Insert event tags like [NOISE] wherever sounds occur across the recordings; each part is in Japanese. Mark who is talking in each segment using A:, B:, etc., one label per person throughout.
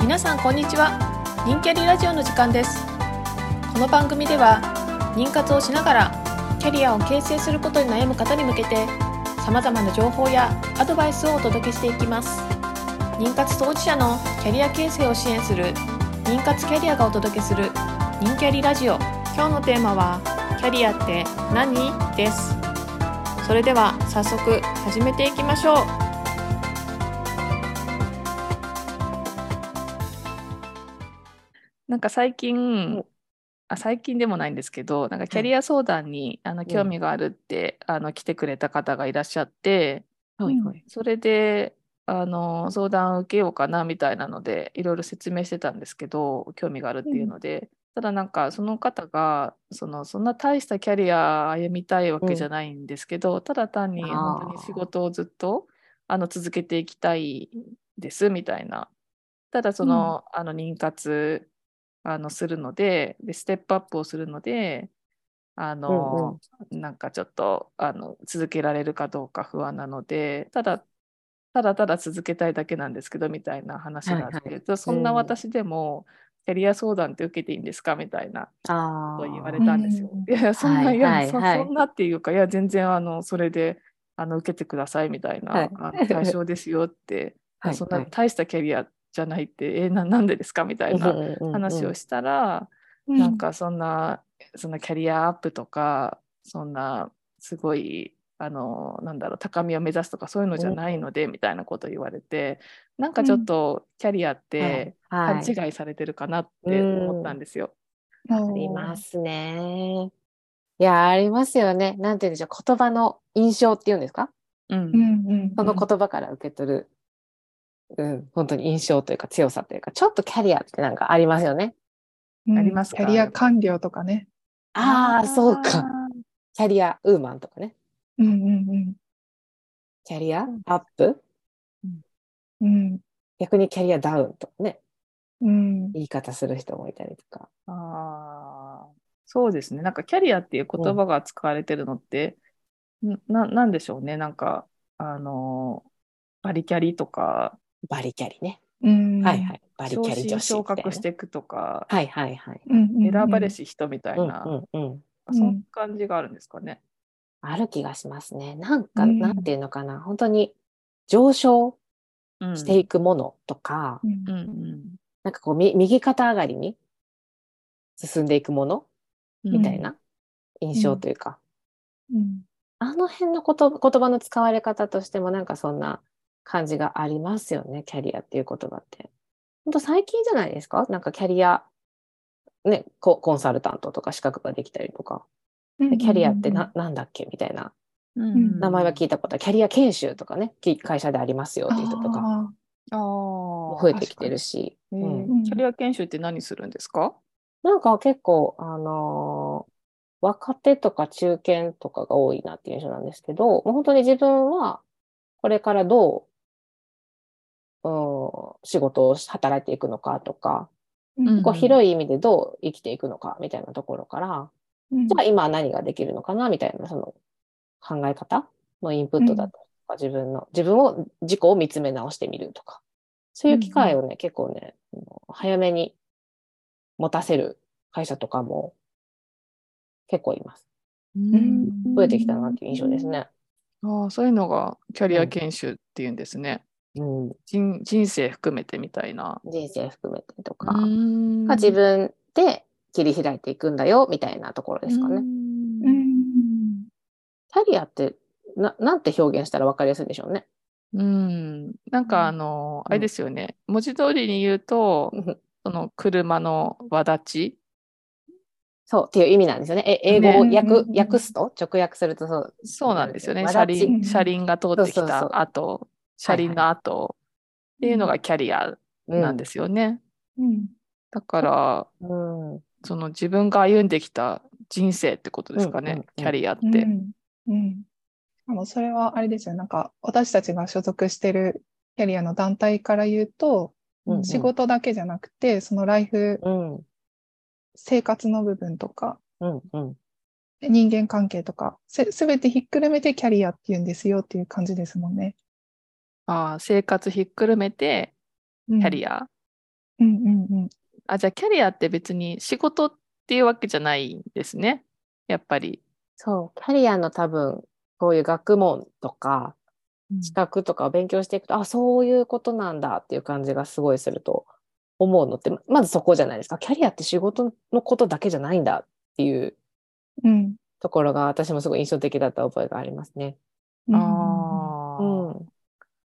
A: 皆さんこんにちは人キャリラジオの時間ですこの番組では妊活をしながらキャリアを形成することに悩む方に向けて様々な情報やアドバイスをお届けしていきます妊活当事者のキャリア形成を支援する妊活キャリアがお届けする人キャリラジオ今日のテーマはキャリアって何ですそれでは早速始めていきましょうなんか最近、あ最近でもないんですけど、なんかキャリア相談に、あの興味があるって、あの来てくれた方がいらっしゃって、
B: はいはい。
A: それであの相談を受けようかなみたいなのでいろいろ説明してたんですけど興味があるっていうので、ただなんかその方がそのそんな大したキャリア歩みたいわけじゃないんですけど、ただ単に
B: あー
A: 本当に仕事をずっとあの続けていきたいですみたいなただその,、あの妊活あのするのででステップアップをするのであの、
B: うんうん
A: なんかちょっとあの続けられるかどうか不安なのでただただただ続けたいだけなんですけどみたいな話があって、
B: はいは
A: そんな
B: うん
A: 私でもキャリア相談って受けていいんですかみたいな
B: あ
A: こ
B: あ。
A: と言われたんですよ。
C: うん
A: いやいやそんな、、
B: はいい
A: や、
B: はい
A: そ
B: はい
A: そんなっていうかいや全然あのそれであの受けてくださいみたいな、
B: はい
A: あの対象ですよって、
B: [LAUGHS] はい
A: そんな
B: はい
A: 大したキャリアじゃないって、えーななんでですかみたいな話を
B: し
A: したら、なんかそんな、そんなキャリアアップとか、そんなすごい、あの、なんだろう、高みを目指すとかそういうのじゃないので、みたいなこと言われて、なんかちょっとキャリアって
B: は
A: 勘
B: い。
A: 違いされてるかなって思ったんですよ。
C: あ
B: ありますね。いや、ありますよね。なんて言うんでしょう。言葉の印象っていうんですか
A: うん。
C: うんうん。
B: その言葉から受け取る、うん、本当に印象というか強さというか、ちょっとキャリアってなんかありますよね。
C: うん
A: ありますか
C: キャリア官僚とかね。
B: ああ、そうか。。キャリアウーマンとかね。
C: うんうん
B: キャリア
A: ん
B: アップ
C: うん。うん
B: 逆にキャリアダウンとかね。
C: うん。
B: 言い方する人もいたりとか。
A: あーそうですね。なんかキャリアっていう言葉が使われてるのって、んな、なんでしょうね。なんか、あの、バリキャリとか、
B: バリキャリね。
C: うん。
B: はいはい。バリキャリ
A: 昇
B: 女
A: 進
B: 子
A: 昇
B: みたいなね。
A: 格していくとか、
B: はいはいはい。
C: うんうんうん。
A: 選ばれし人みたいな、
B: うんうんうん。
A: そんな感じがあるんですかね。
B: ある気がしますね。なんか、
C: うん
B: なんていうのかな、本当に上昇
A: うん
B: していくものとか、
C: うん
A: うんうん
B: なんかこう、み右肩上がりに進んでいくものみたいな印象というか、
C: うん。
B: あの辺のこと言葉の使われ方としてもなんかそんな感じがありますよね、キャリアっていう言葉って。本当最近じゃないですかなんかキャリア、ね、ココンサルタントとか資格ができたりとか、
C: うん
B: でキャリアってな、なんだっけみたいな
C: うん
B: 名前は聞いたことは、キャリア研修とかね、き会社でありますよっていう人とか。
C: あ
A: あー
B: 増えてきてるし、
A: 確かに
B: うん
A: えーキャリア研修って何するんですか
B: なんか結構、あのー若手とか中堅とかが多いなっていう印象なんですけど、もう本当に自分はこれからどう、うん、仕事をし働いていくのかとか、
C: ー。
A: うん
B: こう広い意味でどう生きていくのかみたいなところから、
C: うん
B: じゃあ今は何ができるのかなみたいなその考え方のインプットだとか、自分の、自分を、自己を見つめ直してみるとか、そういう機会をね、結構ね、あの早めに持たせる会社とかも結構います。
C: ん
B: 増えてきたなっていう印象ですね。
A: ああそういうのがキャリア研修っていうんですね。
B: うん、
A: 人人生含めてみたいな。
B: 人生含めてとか、
A: うん
B: が自分で切り開いていくんだよ、みたいなところですか
A: う
B: ね。
C: う
A: ん
C: ん。
B: キャリアって、ななんて表現したらわかりやすいんでしょうね。
A: うん、なん
C: うん
A: かあの、あれ
B: うん
A: ですよね。文字通りに言うと、その車の輪立ち。
B: そうっていう意味なんですよね。え英語を
C: ね
B: 訳,、
C: うん
B: 訳すと直訳するとそう。
A: そうなんですよね。
B: 輪
A: 車
B: 立ち
A: 輪、車輪が通ってき
B: そうそうそう。
A: た後、車輪の後っていうのがキャリアなんですすよね。
C: うん。
A: だから、
B: うん
A: その自分が歩んできた人生ってことですかね、
B: うんうんうん
A: キャリアって。
C: うん。うん。あの、それはあれですよ。なんか、私たちが所属してるキャリアの団体から言うと、
B: うんうん
C: 仕事だけじゃなくて、そのライフ、
B: うん
C: 生活の部分とか、
B: うんうん。
C: 人間関係とか、すすべてひっくるめてキャリアって言うんですよっていう感じですもんね。
A: ああ生活ひっくるめて
C: キ
A: キャリ
C: ア。
A: ア。
C: うんうんうん。
A: あ、じゃあキャリアって別に仕事っていうわけじゃないんですね。やっぱり。
B: そう、キャリアの多分、こういう学問とか、資格とかを勉強していくと、あ、そういうことなんだっていう感じがすごいすると思うのって、ままずそこじゃないですか。キャリアって仕事のことだけじゃないんだっていう
C: うん。
B: ところが私もすごい印象的だった覚えがありますね。
C: うん
A: ああ。
B: うん。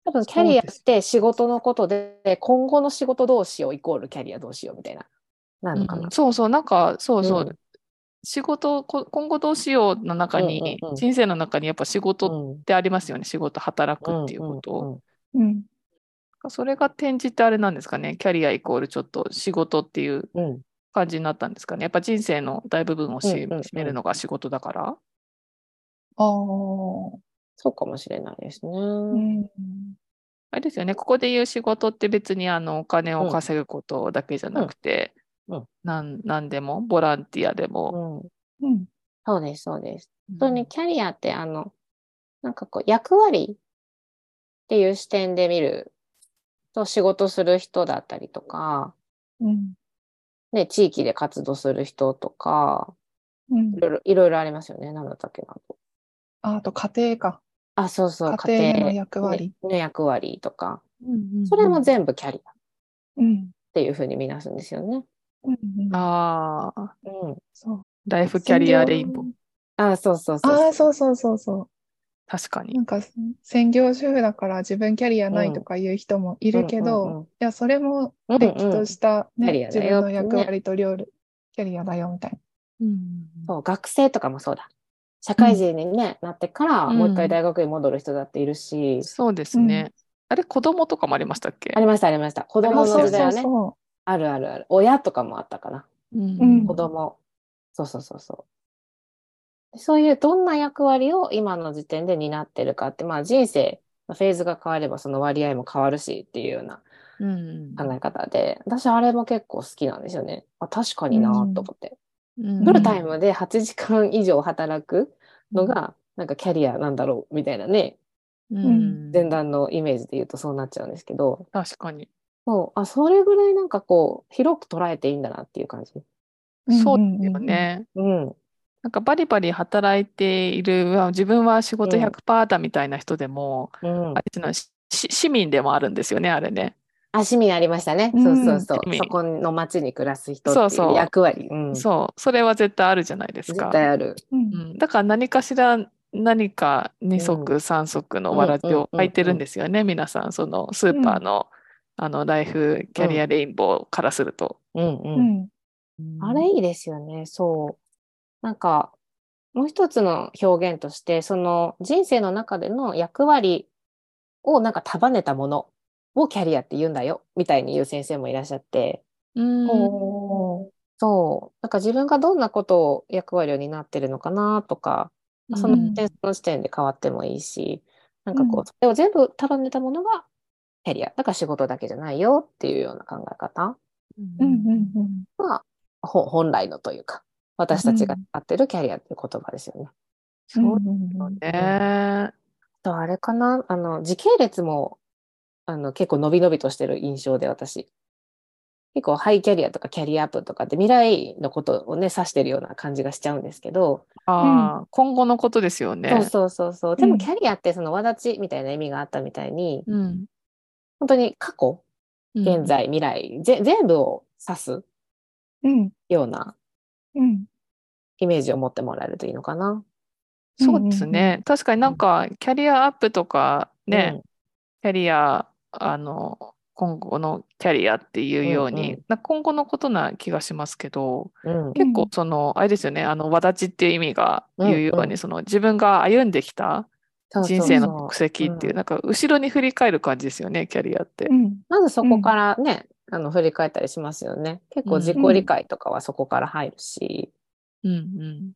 B: 多分キャリアって仕事のことで、今後の仕事どうしようイコールキャリアどうしようみたいな、なのか
A: う。
B: なん
A: そうそう、なんか、そうそう。
B: うん
A: 仕事こ、今後どうしようの中に、
B: うんうんうん
A: 人生の中にやっぱ仕事っ
B: うん
A: てありますよね。仕事、働
B: う
A: く
B: ん
A: っていうこと。
B: うんうん
C: うん。
A: それが転じてあれなんですかね。キャリアイコールちょっと仕事っていう
B: うん、
A: 感じになったんですかね。やっぱ人生の大部分を占
B: うんうんうん
A: 占めるのが仕事だから。
C: ああ。
B: そうかもしれないですね。
C: うん。
A: あれですよね。ここで言う仕事って別にあのお金を稼ぐことだけじゃなくて、
B: うんうん
A: なんなんでも、ボランティアで
B: う
A: も。
B: ん、
C: うん。
B: そうです、そうです。
A: 本
B: 本当にキャリアって、あの、なんかこう、役割っていう視点で見ると、仕事する人だったりとか、
C: うん。
B: ね、地域で活動する人とか、
C: うん
B: いろいろいろいろありますよね。なんだったっけな。
C: ああと家庭か。
B: あ、そうそう、
C: 家庭の役割。
B: の役割とか、そ
A: そ
B: れ
A: れ
B: も
A: も
B: 全部キャリアっ
C: うん。
B: ていうふうに見なすんですよね。
C: うんうん、
A: ああ、
B: うん。
C: そう。
A: ライフキャリアレインボー。
B: あ、そうそうそう
C: あ
B: そう。
C: あ、そうそうそうそ
A: 確か
C: う。な
A: に。
C: んか、専業主婦だから自分キャリアないとかいう人もいるけど、
B: うんうん
C: いや、それも、
B: うんうん
C: れっきとした、ね
B: キャリア
C: 自
B: だ
C: 分
B: よ
C: の役割と両立、キャリアだよ、みたい
B: そう、学生とかもそうだ。社会人に、ねなってから、
A: うん
B: もう一回大学に戻る人だっているし、
A: そうですね。あれ、子供とかもありましたっけ
B: ありました、ありました。子
C: な。
B: 供
C: あそ
B: の
C: う
B: 時代
C: そ
B: は
C: う
B: ね。
C: そ
B: あるあるある。親とかもあったかな。
A: うん
B: 子供。そうそうそうそう。そういうどんな役割を今の時点で担ってるかって、まあ人生のフェーズが変わればその割合も変わるしっていうような
A: うん
B: 考え方で、私あれも結構好きなんですよね。あ、確かになと思って。
A: うん
B: フルタイムで8時間以上働くのが、なんかキャリアなんだろうみたいなね、
A: うん
B: 前段のイメージで言うとそうなっちゃうんですけど、
A: 確かに。
B: そう、あ、それぐらいなんかこう、広く捉えていいんだなっていう感じ。
C: う。
A: そう
C: うん
A: ですよ。ね。
B: うん。
A: なんかバリバリ働いている、うわ自分は仕事
B: うん
A: 100%だみたいな人でも、
B: うん
A: あれ。っていうのはしし市民でもあるんですよね、あれね。
B: あ、市民ありましたね。
C: うん
B: そうそうそう
A: 市。民
B: そこの町に暮らす人
A: そう
B: ってい
A: そう
B: う役割。うん。
A: そう、それは絶対あるじゃないですか
B: 絶。対ある。
C: うん
A: う
C: うん
A: んだから何かしら何か2足3足のわらじを履いてるんですよね、皆さん、そのスーパーのあのライフキャリアレインボーからすると。
B: うんう。
C: うんん。
B: あれいいですよね。そう。なんか、もう一つの表現として、その人生の中での役割をなんか束ねたものをキャリアって言うんだよ、みたいに言う先生もいらっしゃって。
A: うん
C: おー
B: そう。なんか自分がどんなことを役割を担ってるのかなとか、その
A: うん
B: 点その時点で変わってもいいし、なんかこ
C: う
B: う、それを全部束ねたものがキャリア。だから仕事だけじゃないよっていうような考え方
C: うんうんうん。
B: が、ほ本来のというか、私たちが使ってるキャリアっていう言葉ですよね。
A: そう
C: うんうん
A: ね。
B: あとあれかな、あの、時系列も、あの、結構伸び伸びとしてる印象で私。結構ハイキャリアとかキャリアアップとかって未来のことをね、指してるような感じがしちゃうんですけど、
A: ああ、今後のことですよ
B: そう
A: ね。
B: そうそうそう。でも
C: うん
B: キャリアってその輪立ちみたいな意味があったみたいに、
A: うん
B: 本当に過去、
A: うん
B: 現在、未来、ぜ全部を指す
C: うん
B: ような
C: うん。
B: イメージを持ってもらえるといいのかな。
A: そうですね。確かになんかキャリアアップとかね、キャリア、あの、今後のキャリアっていうよう
B: うん
A: に、
B: う
A: なんか今後のことな気がしますけど、
B: うん。うん。
A: 結構その、あれですよね、あの、わだちっていう意味が
B: うん
A: 言うよう
B: う
A: に、その自分が歩んできた
B: そうそうそう
A: 人生の国籍っていう、
B: うん
A: なんか後ろに振り返る感じですよね、キャリアって
C: う。ん。
B: まずそこからね、あの、振り返ったりしますよね。結構自己理解とかはそこから入るし。
A: うんうん。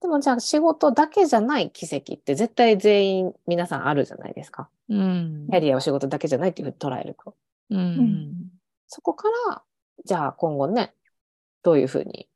B: でもじゃあ仕事だけじゃない奇跡って絶対全員皆さんあるじゃないですか。
A: うん
B: キャリアを仕事だけじゃないっていうふうに捉えると。
A: うんうん
B: そこから、じゃあ今後ね、どういうふうに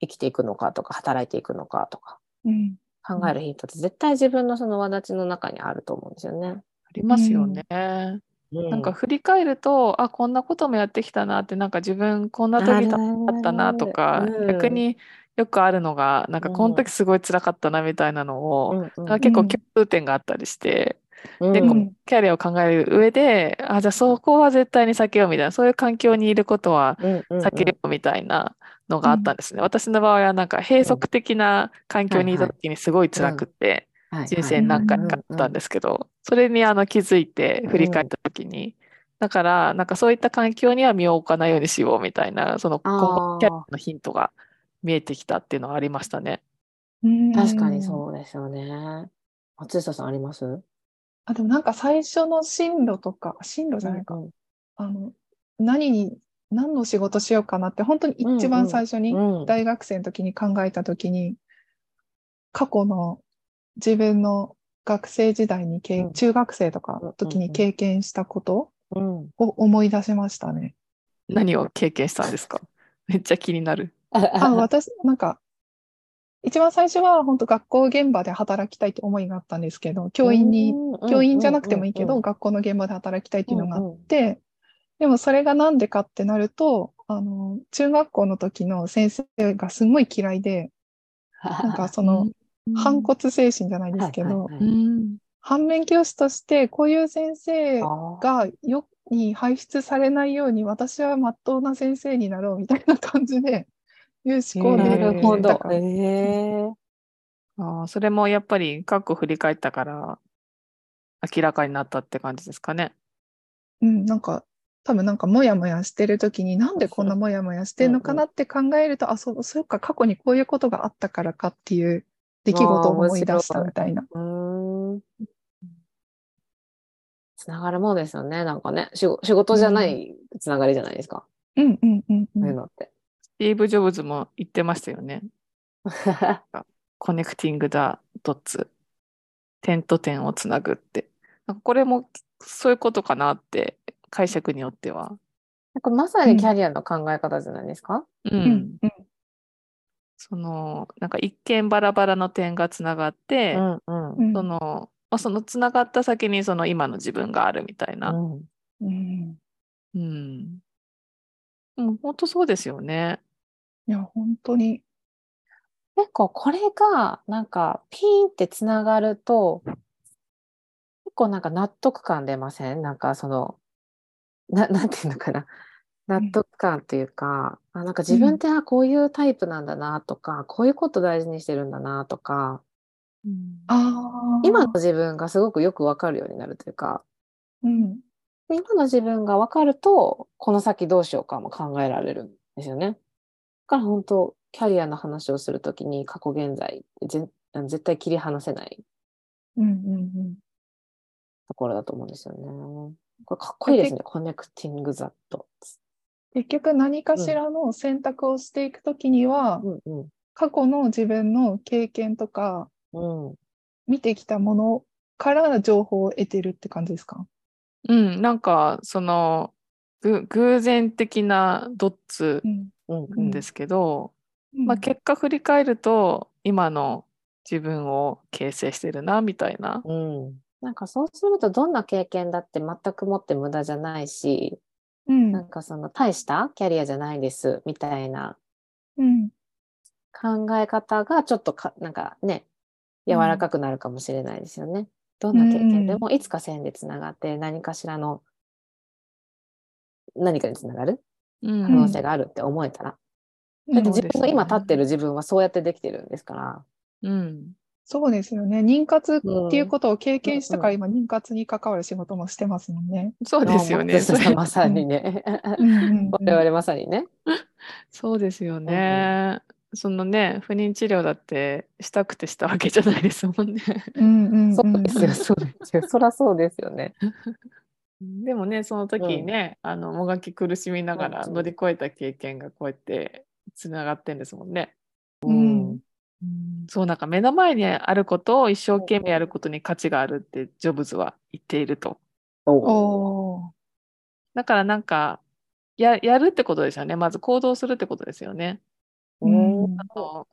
B: 生きていくのかとか、働いていくのかとか、
C: うん。
B: 考えるヒントって絶対自分のその輪立ちの中にあると思うんですよね。
A: ありますよね。
B: な
A: なんか振り返ると、あ、こんなこともやってきたなって、なんか自分こんな時だったなとか、逆、によくあるのが、なんかこの時すごい辛かったなみたいなの
B: ある
A: を、
B: あるうんうん
A: あ結構共通点があったりして、
B: うん
A: で、
C: う
A: こ
C: ん
A: うキャリアを考える上で、あ、じゃあそこは絶対に避けようみたいな、そういう環境にいることは
B: うんうんうん
A: 避けようみたいなのがあったんですね。私の場合はなんか閉塞的な環境にいた時にすごい辛くって、
B: はいはい
A: 人生何回かあったんですけど、それにあの気づいて振り返った時に、だからなんかそういった環境には身を置かないようにしようみたいな、その今後
B: あー
A: キャリアのヒントが見えてきたっていうのはありましたね。
B: 確かにそうですよね。松下さんあります
C: あ、でもなんか最初の進路とか、進路じゃないか、
B: うん
C: あの、何に、何の仕事しようかなって、本当に一
B: うん
C: 番
B: うん
C: 最初に、
B: うん
C: 大学生の時に考えた時に、過去の自分の学生時代に経、
B: うん
C: 中学生とかの時に経験したこと
B: うん
C: を思い出しましたね。
A: 何を経験したんですか [LAUGHS] めっちゃ気になる。
C: あ、私、なんか、一番最初は本当学校現場で働きたいって思いがあったんですけど、教員に、教員じゃなくてもいいけど、学校の現場で働きたいっていうのがあっ
B: うんうん
C: で、でもそれがなんでかってなると、あの、中学校の時の先生がすごい嫌いで、なんかその、反骨精神じゃないですけど、
B: はいはいはい
A: うん
C: 反面教師として、こういう先生
B: あー
C: が世に輩出されないように、私はまっとうな先生になろうみたいな感じで、いう思考で
B: な
C: 生
B: る
C: き
B: ほ
C: てた
B: ど
C: か。
B: え
C: ら、
B: え
A: あーそれもやっぱり過去振り返ったから明らかになったって感じですかね。
C: うん、なんか、多分なんかモヤモヤしてる時になんでこんなモヤモヤしてんのかなって考えると、あ、そう、そうか、過去にこういうことがあったからかっていう出来事を思い出したみたいな。
B: うーん。つながるもんですよね。なんかね、仕仕事じゃないつながりじゃないですか。
C: うんうんうんう。
B: そういうんのって。 [LAUGHS]
A: スティーブ・ジョブズも言ってましたよね。コネクティング・ダ・ドッツ。点と点をつなぐって。なんかこれもそういうことかなって解釈によっては。
B: これまさにキャリアの考え方じゃないですか。
A: うん。
C: うんうん
A: そのなんか一見バラバラの点がつながって、
B: んうん
C: うん
A: そのまあ、そのつながった先にその今の自分があるみたいな。
B: うん
C: うん
A: うん。うん、本当そうですよね。
C: いや、本当に。
B: 結構これがなんかピーンってつながると結構なんか納得感出ませんなんかそのな [LAUGHS] なんていうのかな納
C: ん
B: 得感というか、あなんか自分ってあこういうタイプなんだなとか、こういうこと大事にしてるんだなとか
C: ああ。
B: 今の自分がすごくよくわかるようになるというか
C: うん。
B: 今の自分がわかるとこの先どうしようかも考えられるんですよね。だから本当キャリアの話をするときに過去現在ぜんあの絶対切り離せない
C: うんうん
B: ところだと思うんですよね。これかっこいいですね。コネクティングザット。
C: 結局何かしらの選択をしていくときには、
B: うんうん。
C: 過去の自分の経験とか、
B: うん。
C: 見てきたものから情報を得てるって感じですか
A: うん、なんかそのぐ偶然的なドッツ
C: うん。
B: うん。
A: なんですけど、
C: うん
A: まあ、結果振り返ると今の自分を形成してるなみたいな。
B: うん。なんかそうするとどんな経験だって全くもって無駄じゃないし、
C: うん
B: なんかその大したキャリアじゃないですみたいな
C: うん。
B: 考え方がちょっとか、なんかね、柔らかくなるかもしれないですよね。どんな経験でもいつか線でつながって何かしらの何かにつながる
A: うん
B: 可能性があるって思えたら、だって
A: そう
B: 自
A: です
B: 分
A: よ
B: の
A: ね
B: 今立ってる自分はそうやってできてるんですから。
A: うん
C: そうですよね。妊活っ
B: うん
C: ていうことを経験したから、今、妊活に関わる仕事もしてますもんね。
A: そうですよね。
B: 松
A: そ
B: 下さ
A: れ
B: んまさにね。
C: うんうん
B: 我々まさにね。
A: そうですよね。そのね、不妊治療だってしたくてしたわけじゃないですもんね。
C: うんうん
B: そう
C: うん
B: ですよ、そうですよ。そらそうですよね。
A: [LAUGHS] でもね、その時にね、あのもがき苦しみながら
B: うん
A: 乗り越えた経験がこうやってつながってんですもんね。
C: うん
A: そうなんか目の前にあることを一生懸命やることに価値があるってジョブズは言っていると。
B: おお。
C: おー
A: だからなんかややるってことですよね。まず行動するってことですよね。
C: うん
A: あの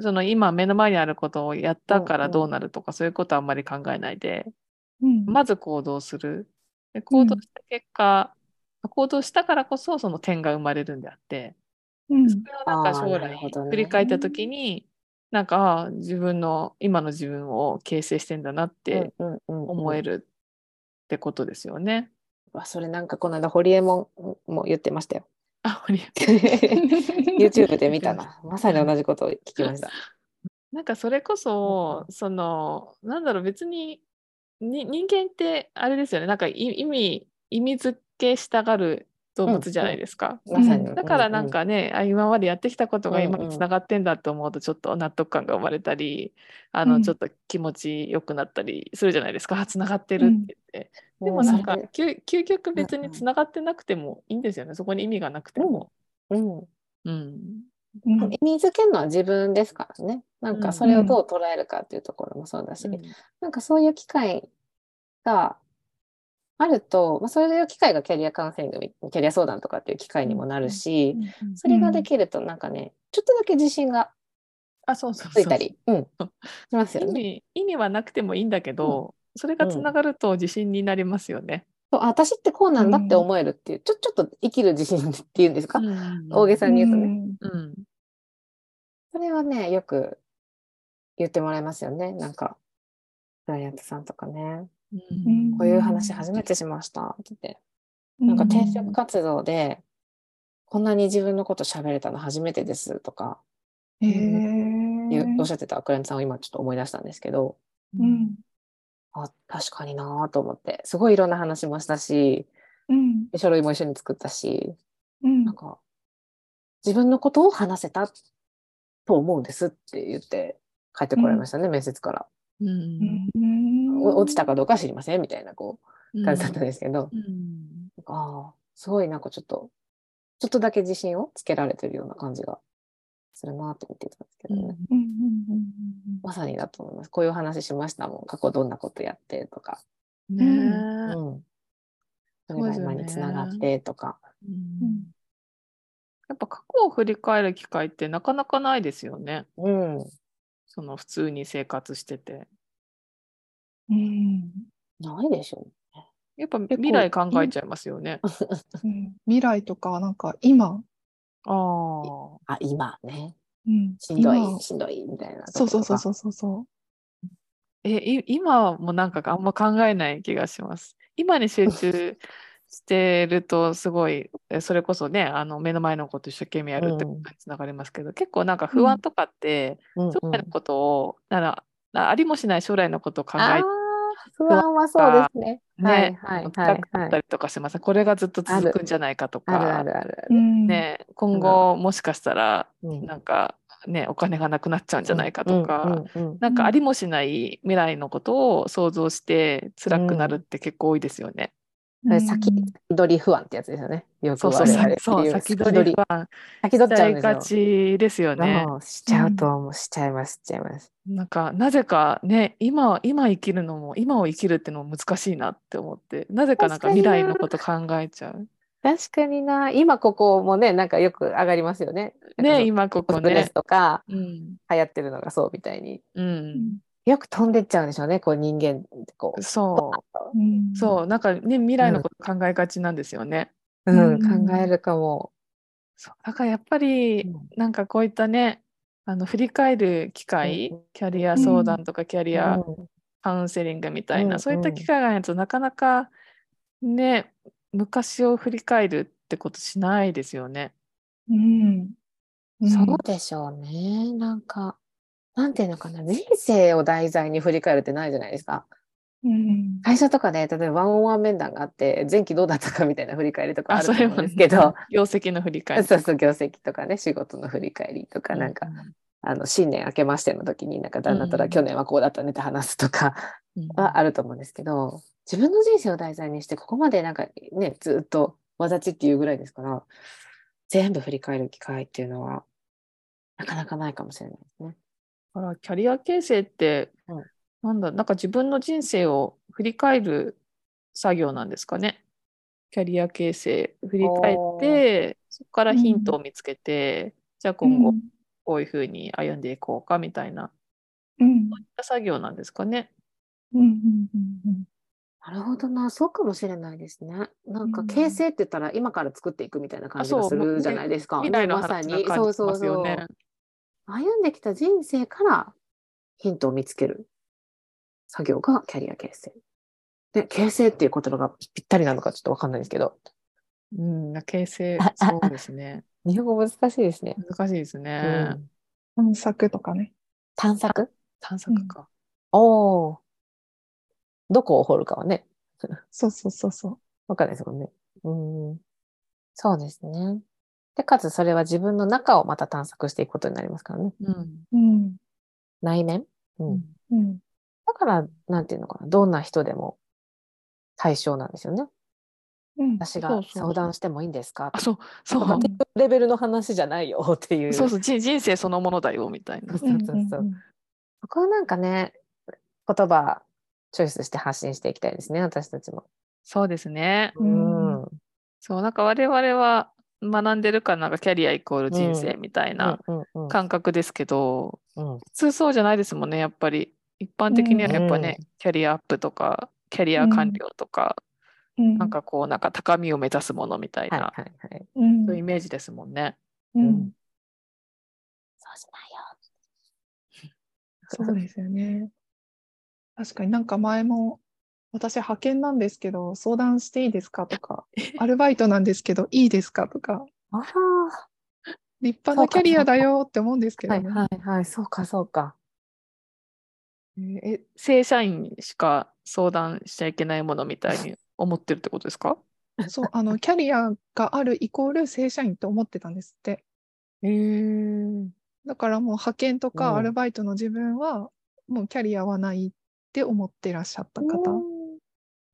A: その今目の前にあることをやったか
B: うん
A: ら
B: うん
A: どうなるとかそういうことはあんまり考えないで、
C: うん
A: まず行動する。で行動した結果、行動したからこそその点が生まれるんであって、
C: うん
A: それをなんか将
B: あーなる
A: 来
B: ほどね
A: 振り返った時に、なんかあー自分の今の自分を形成してんだなって思
B: 思
A: えるってことですよね。
B: わそれなんかこの間ホリエモンも言ってましたよ
A: あ、ほり
B: YouTube で見た
A: [LAUGHS]
B: なまさに同じことを聞きました
A: なんかそれこそ、そのなんだろう別にに人間ってあれですよねなんかい意味意味付けしたがる動物じゃないですか。
B: まさに
A: だからなんかね、あ今までやってきたことが今
B: うんう
A: に
B: ん
A: つながってんだと思うとちょっと納得感が生まれたりあの、
C: うん
A: ちょっと気持ちよくなったりするじゃないですかあつながってるって言って、でもなんか
B: う
A: 究究極別
B: うんう
A: に
B: ん
A: つながってなくてもいいんですよねそこに意味がなくても。
B: うん
A: うん
C: うん
B: 意味付けるのは自分ですからねなんかそれをどう捉えるかっていうところもそうだし、なんかそういう機会があると、まあ、そういう機会がキャリアカウンセリングみ、キャリア相談とかっていう機会にもなるし、それができるとなんかね、ちょっとだけ自信が
A: あそうそうそう
B: ついたり、うん、します
A: 意
B: よね。
A: 味意味はなくてもいいんだけど、それがつながると自信になりますよね。
B: そうあ私ってこうなんだって思えるっていう、ちょ、ちょっと生きる自信っていうんですか、大げ
A: さ。
B: さに言うとね、
A: うん
B: それはね、よく言ってもらえますよね。なんか、クライアントさんとかね、
A: うん
B: こういう話初めてしましたって言って。なんか転職活動で、こんなに自分のこと喋れたの初めてですとか
C: へえ
B: いう、おっしゃってたクライアントさんを今ちょっと思い出したんですけど、
C: うん
B: あ、確かになぁと思って、すごいいろんな話もしたし、
C: うん
B: 書類も一緒に作ったし、
C: うん
B: なんか、自分のことを話せたと思うんですって言って帰ってこられましたね、面接から。
A: うん
B: お落ちたかどうかは知りませんみたいな、こう、感じだったんですけど、
A: うん
B: なんかああ、すごいなんかちょっと、ちょっとだけ自信をつけられてるような感じがするなって見てたんですけどね。
C: うんうんうん
B: まさにだと思います。こういうお話しましたもん。過去どんなことやってとか。
A: ね
B: う
A: え
B: ん。それ
A: そう
B: が
A: ですよ
B: 今
A: ね
B: につながってとか。
A: うんやっぱ過去を振り返る機会ってなかなかないですよね。
B: うん。
A: その普通に生活してて。
C: うん
B: ないでしょ。
A: やっぱ
B: 構
A: 未来考えちゃいますよね。あ
C: うん未来とかなんか今、
A: あー。
B: あ、今ね。
C: うん
B: しんど
C: 今
B: い、しんどいみたいな。
C: そうそうそうそうそうそ
A: え、い今もなんかあんま考えない気がします。今に集中してるとすごい、えそれこそね、あの目の前のこと一生懸命やるって
B: うん
A: ことにつながりますけど、結構なんか不安とかって、
B: うんうん。
A: 将来のことを、なら、あありもしない将来のことを考
B: あ
A: え
B: あ、不安はそうですね。はい
A: ね、
B: はい
A: 持ち
B: は
A: た
B: い
A: かった
B: はい。
A: りとかします。これがずっと
B: あ
A: 続
B: る
A: くんじゃないかと
B: あるあ
A: か、
B: るある。
C: う。うん
A: ね、今後もしかしたら、
B: うん
A: なんかね、お金がなくなっちゃうんじゃないかとか、
B: うんうんうん
A: なんかありもしない未来のことを想像して辛くなるって結構多いですよね。
B: それ先取り不安ってやつですよね。よく
A: そうそう
B: 我々
A: さ
B: 言う
A: そう先取り不安
B: 先
A: し
B: 取っ
A: ち
B: ちゃ
A: ゃ
B: う
A: い
B: んです
A: が
B: よ。
A: ちですよね。
B: うんしちゃうと思う。しちゃいます。しちゃいます。
A: なんかなぜかね今今生きるのも今を生きるってのも難しいなって思ってなぜかなんか
B: 確かに
A: 未来
B: な
A: のこと考えちゃう。
B: 確かにな。今ここもね、なんかよく上がりますよね。
A: ね今こ
B: コ
A: こ
B: スプレ
A: ね
B: ス。とか
A: うん
B: 流行ってるのがそうみたいに。
A: うん、
B: よく飛んでっちゃうんでしょうね。こう人間ってこ。
A: そううそうなんかね未来のこと考えがちなんですよね。
B: う
C: うん
B: ん、考えるかも。
A: そうだからやっぱりなんかこういったねあの振り返る機会
B: うんうん
A: キャリア相談とかキャ
B: い
A: リアカウンセリングみたいな、
B: うん
A: そういっ
B: う
A: た
B: ん
A: 機会がないとなかなかね昔を振り返るってことしないですよね。
C: うんうん
B: そうでしょうね。なんか、なんていうのかな。人生を題材に振り返るってないじゃないですか。
C: うん
B: 会社とかで、例えばワンオンワン面談があって、前期どうだったかみたいな振り返りとかあ
A: あ
B: ると
A: それ
B: 思
A: も
B: うんですけど、 [LAUGHS]
A: 業績の振り返り
B: そうそう、業績とかね、仕事の振り返りとか、なんか、、あの、新年明けましての時に、なんか、旦那と
A: う
B: ら
A: ん
B: 去年はこうだったねって話すとか
A: うんうん
B: はあると思うんですけど、自分の人生を題材にして、ここまでなんかね、ずっとわだちっていうぐらいですから、全部振り返る機会っていうのは、なかなかないかもしれないですね。
A: だからキャリア形成って、
B: うん
A: なんだなんか自分の人生を振り返る作業なんですかね。キャリア形成振り返ってそこからヒントを見つけて、じゃあ今後こういうふうに歩んでいこうかみたいな
C: うん
A: 作業なんですかね。
C: うんうんうんうん
B: なるほどな。そうかもしれないですね。なんか、
C: うん
B: 形成って言ったら、今から作っていくみたいな感じが
A: あそう
B: するじゃないですか。
A: 未来の
B: ねまさ
A: 話
B: に
A: な、感
B: そう
A: じし
B: そう
A: ます
B: そ
A: よ
B: う。
A: ね。
B: 歩んできた人生からヒントを見つける作業がキャリア形成。で、形成っていう言葉がぴったりなのかちょっとわかんないですけど。
A: うん、形成、
B: [LAUGHS]
A: そうですね。
B: 日本語難しいですね。
A: 難しいです
B: う
A: ね。
B: ん
C: 探索とかね。
B: 探索
A: 探索か。
B: おお。どこを掘るかはね、
C: そうそうそうそう。
B: わかんないですもんね。うん。そうですね。で、かつそれは自分の中をまた探索していくことになりますからね。
A: うん。
C: うん。
B: 内面。うん。
A: うん
C: うん。
B: だから、なんていうのかな。どんな人でも対象なんですよね。
C: うん。
B: 私
A: そう
B: が
A: そうそう
B: 相談してもいいんですか
A: あ、そう、そう
B: とか。っていうレベルの話じゃないよっていう。
A: そうそう、人人生そのものだよ、みたいな。
B: そうそうそう。そこはなんかね、言葉、チョイスして発信していきたいですね、私たちも。
A: そうですね。
C: うん
B: うん
A: そう、なんか我々は学んでるから、なんかキャリアイコール人生みたいな
B: うんうん
A: 感覚ですけど、
B: うんうん
A: 普通そうじゃないですもんね、やっぱり。一般的にはやっぱね、キャリアアップとか、キャリア完了とか、
C: うん。
A: なんかこう、なんか高みを目指すものみたい
B: はいは
A: な、
B: いはい。
C: うん、
A: そういうイメージですもんね。
C: うん。
B: そうしないよ。
A: [LAUGHS]
C: そうですよね。確かになんか前も、私派遣なんですけど、相談していいですかと
A: [LAUGHS]
C: か、アルバイトなんですけど、いいですかとか、
B: ああ、
C: 立派なキャリアだよって思うんですけど
B: は
C: ね。
B: いはいはい、そうかそうか。
A: え、正社員しか相談しちゃいけないものみたいに思ってるってことですか
C: そう、あの、キャリアがあるイコール正社員と思ってたんですって。
A: へえ。
C: だからもう派遣と
B: うん
C: かアルバイトの自分は、もうキャリアはないって思ってらっしゃった方。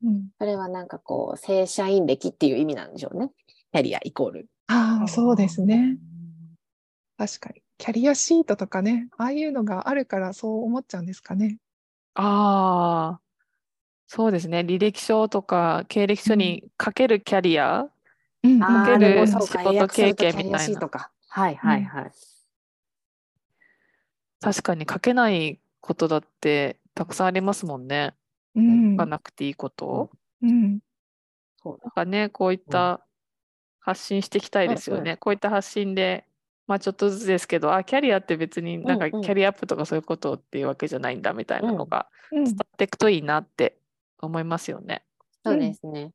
C: うん。
B: それはなんかこう、正社員歴っていう意味なんでしょうね。キャリアイコール。
C: ああ、そうですね。。確かに。キャリアシートとかね、ああいうのがあるからそう思っちゃうんですかね。
A: ああ、そうですね。履歴書とか経歴書に書けるキャリア、
C: うん
A: あー
C: うん
A: でも
C: うん
A: そうか仕事経験みたいな
B: 契約するとキャリアシートか。はいはいはい。
A: 確かに書けないことだってたくさんありますもんね。
C: うん
A: 書かなくていいこと。
C: うん
B: そう
A: なんかね、こういった発信していきたいですよ
B: うんう
A: ね。こういった発信で、まあちょっとずつですけど、あ、キャリアって別になんか
B: うん
A: キ
B: うん
A: ャリアアップとかそういうことっていうわけじゃないんだみたいなのが
C: うん
A: 伝わっていくといいなって思いますよね。
B: だ。そうですね。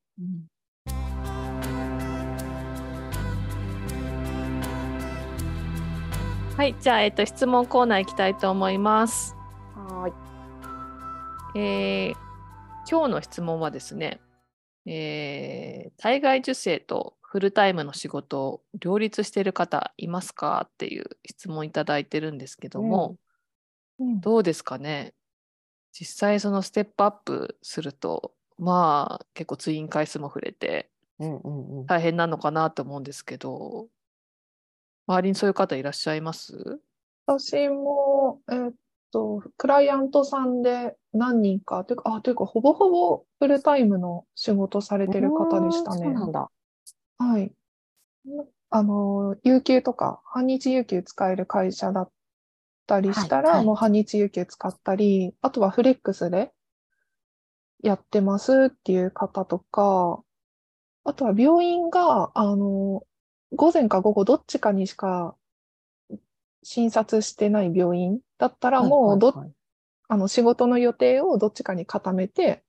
A: はい、じゃあ、えっと、質問コーナー行きたいと思います。
B: はい。
A: えー今日の質問はですね、えー体外受精とフルタイムの仕事を両立している方いますかっていう質問いただいてるんですけども、
C: うん
A: どうですかね実際そのステップアップすると、まあ結構通院回数も増えて
B: うんうんうん。
A: 大変なのかなと思うんですけど、周りにそういう方いらっしゃいます
C: 私も、えーっと、クライアントさんで何人か、というか、あ、というか、ほぼほぼフルタイムの仕事されてる方でした
B: そう
C: ね。
B: なんだ。
C: はい。あの、有給とか、半日有給使える会社だったりした
B: はいは
C: ら、
B: い
C: もう半日有給使ったり、あとはフレックスでやってますっていう方とか、あとは病院が、あの、午前か午後どっちかにしか診察してない病院だったら、もうどっ
B: はい
C: あの、仕事の予定をどっちかに固めて、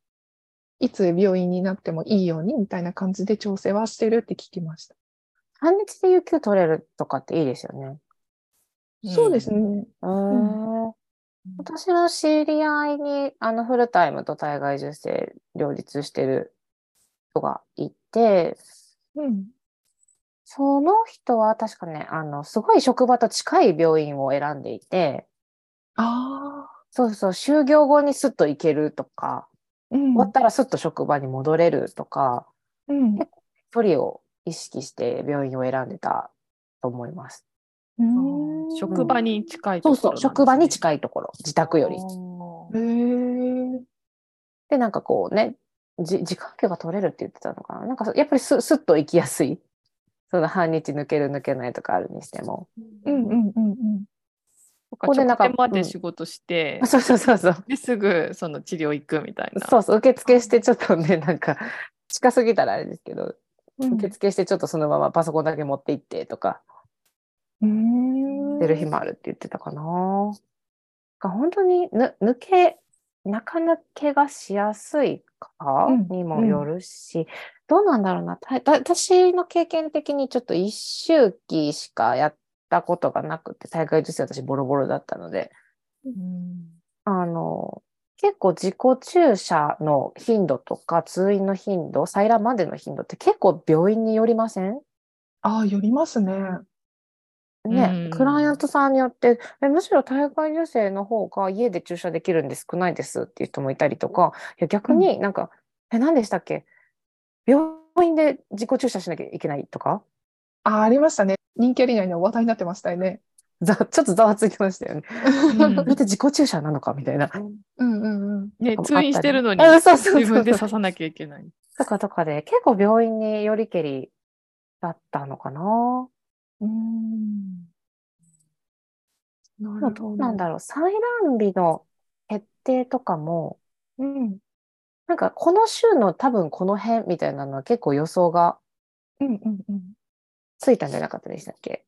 C: いつ病院になってもいいようにみたいな感じで調整はしてるって聞きました。
B: 半日で有給取れるとかっていいですよね。
C: そうですね。
B: へー私の知り合いに、あの、フルタイムと体外受精両立してる人がいて、
C: うん。
B: その人は確かね、あの、すごい職場と近い病院を選んでいて、
C: ああ。
B: そうそう、就業後にスッと行けるとか、
C: うん。
B: 終わったらスッと職場に戻れるとか、
C: うん。
B: 距離を意識して病院を選んでたと思います。
C: うん。
A: 職場に近い
B: そ
A: と
B: う
A: こ
B: そ
A: ろ
B: う、職場に
A: い
B: 近いところ、自宅より。
C: へえ。
B: で、なんかこうね、じ時間給が取れるって言ってたのかな。なんかそやっぱりすすっと行きやすい。その半日抜ける抜けないとかあるにしても。
C: うんうんうんうん。
A: こ
B: ここでなんか
A: こま
B: う
A: で
B: ん
A: 仕事して、
B: そうそうそうそう。
A: ですぐその治療行くみたいな。
B: そうそう、受付してちょっとね、なんか、近すぎたらあれですけど、
C: うん
B: 受付してちょっとそのままパソコンだけ持って行ってとか、
C: うん
B: 出る日もあるって言ってたかな。なんか本当にぬ抜け、中抜けがしやすいか
C: うん
B: にもよるし、どうなんだろうな。ただ私の経験的にちょっと一周期しかやったことがなくて、災害女性私ボロボロだったので、 [LAUGHS]
C: うん
B: あの、結構自己注射の頻度とか通院の頻度、採卵までの頻度って結構病院によりません
C: ああ、よりますね。
A: う
B: ね
A: ん、
B: クライアントさんによって、えむしろ体外受精の方が家で注射できるんで少ないですっていう人もいたりとか、いや逆になんか、え、何でしたっけ病院で自己注射しなきゃいけないとか
C: ああ、ありましたね。人気ありないの話題になってましたよね。
B: ざ [LAUGHS] ちょっとざわついてましたよね。
A: うん
B: これって自己注射なのかみたいな。
C: うんうんうん。
A: ね、
B: あった
A: 通
B: り
A: 院してるのに
B: あそうそうそう
A: 自分で刺さなきゃいけない。
B: とかとかで、結構病院によりけりだったのかな。
C: うん。な
B: でもどうなんだろう、採卵日の決定とかも、
C: うん。
B: なんかこの週の多分この辺みたいなのは結構予想が
C: うんうんうん。
B: ついたんじゃなかったでしたっけ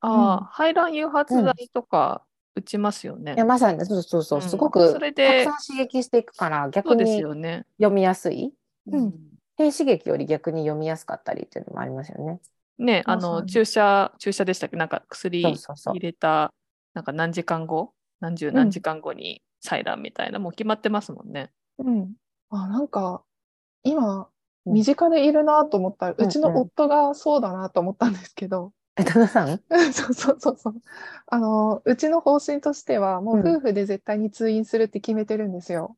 A: ああ、排卵誘発剤とか打ちますよね。
B: いや、まさに、そうそうそ
A: う
B: う、
A: ん
B: すごく
A: それ
B: たく
A: で
B: さん刺激していくから、
A: そ
B: 逆
A: うです
B: に
A: よね。
B: 読みやすい。
C: うん
B: 低刺激より逆に読みやすかったりっていうのもありますよね。
A: ね、あ
C: そうそう
A: の注射注射でしたっけなんか薬
B: そうそうそう
A: 入。れたなんか何時間後何十何時間後に採卵みたいな、もう決まってますもんね。
C: うん。あ、なんか、今、
B: うん
C: 身近でいるなと思ったら、
B: うん
C: うちの夫がそうだなと思ったんですけど、 [LAUGHS]
B: え、旦那さん
C: そうそうそうそう。あの、うちの方針としては、もう
B: うん
C: 夫婦で絶対に通院するって決めてるんですよ。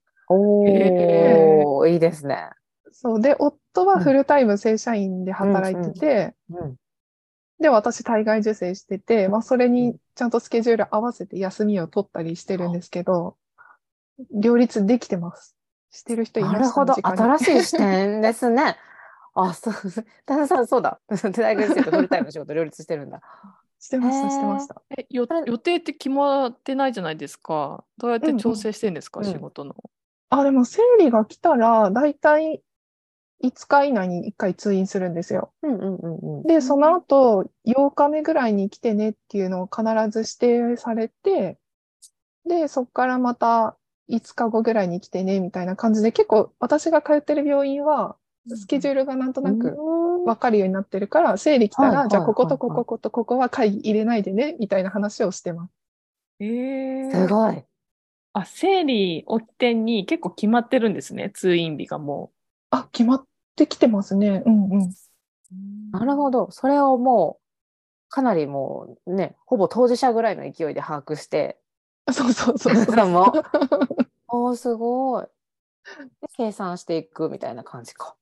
B: おー、いいですね。
C: そう。で、夫
B: う
C: は
B: ん
C: フルタイム正社員で働いてて、
B: うん。
C: で、私、体外受精してて、まあ、それにちゃんとスケジュール合わせて休みを取ったりしてるんですけど、両立できてます。してる人いま
B: な
C: す
B: るほど、
C: 身近に
B: 新しい視点です [LAUGHS] ね。あ、そう、旦那さん、そうだ。大学生とフルタイムの仕事両立してるんだ。
C: してまし
B: へー
C: た、してました。
A: えよ
B: あれ
A: 予定って決まってないじゃないですか。どうやっ
C: うん
A: て
C: うん
A: 調整してんですか、
B: うん
A: 仕事の。
C: あ、でも、生理が来たら、だいたい5日以内に1回通院するんですよ。
B: うんうんうんうん。
C: で、その後、8日目ぐらいに来てねっていうのを必ず指定されて、で、そこからまた5日後ぐらいに来てねみたいな感じで、結構私が通ってる病院は、スケジュールがなんとなく
B: う
C: 分かるようになってるから、生理来た
B: はいは
C: ら、
B: い
C: じゃあ、ここと
B: はい
C: こ
B: はい
C: こことここは会議入れないでね、みたいな話をしてます。
A: え
B: ー
A: ー
B: んすごい。
A: あ生理を起点に結構決まってるんですね通院日がも
C: あ、決まってきてますね。うんうん。 [LAUGHS]
A: う。
B: なるほど。それをもう、かなりもうね、ほぼ当事者ぐらいの勢いで把握して、
C: そうそうそう
B: [LAUGHS]
C: そ
B: 旦那
C: う。
B: さんも。おー、すごい。で計算していくみたいな感じか。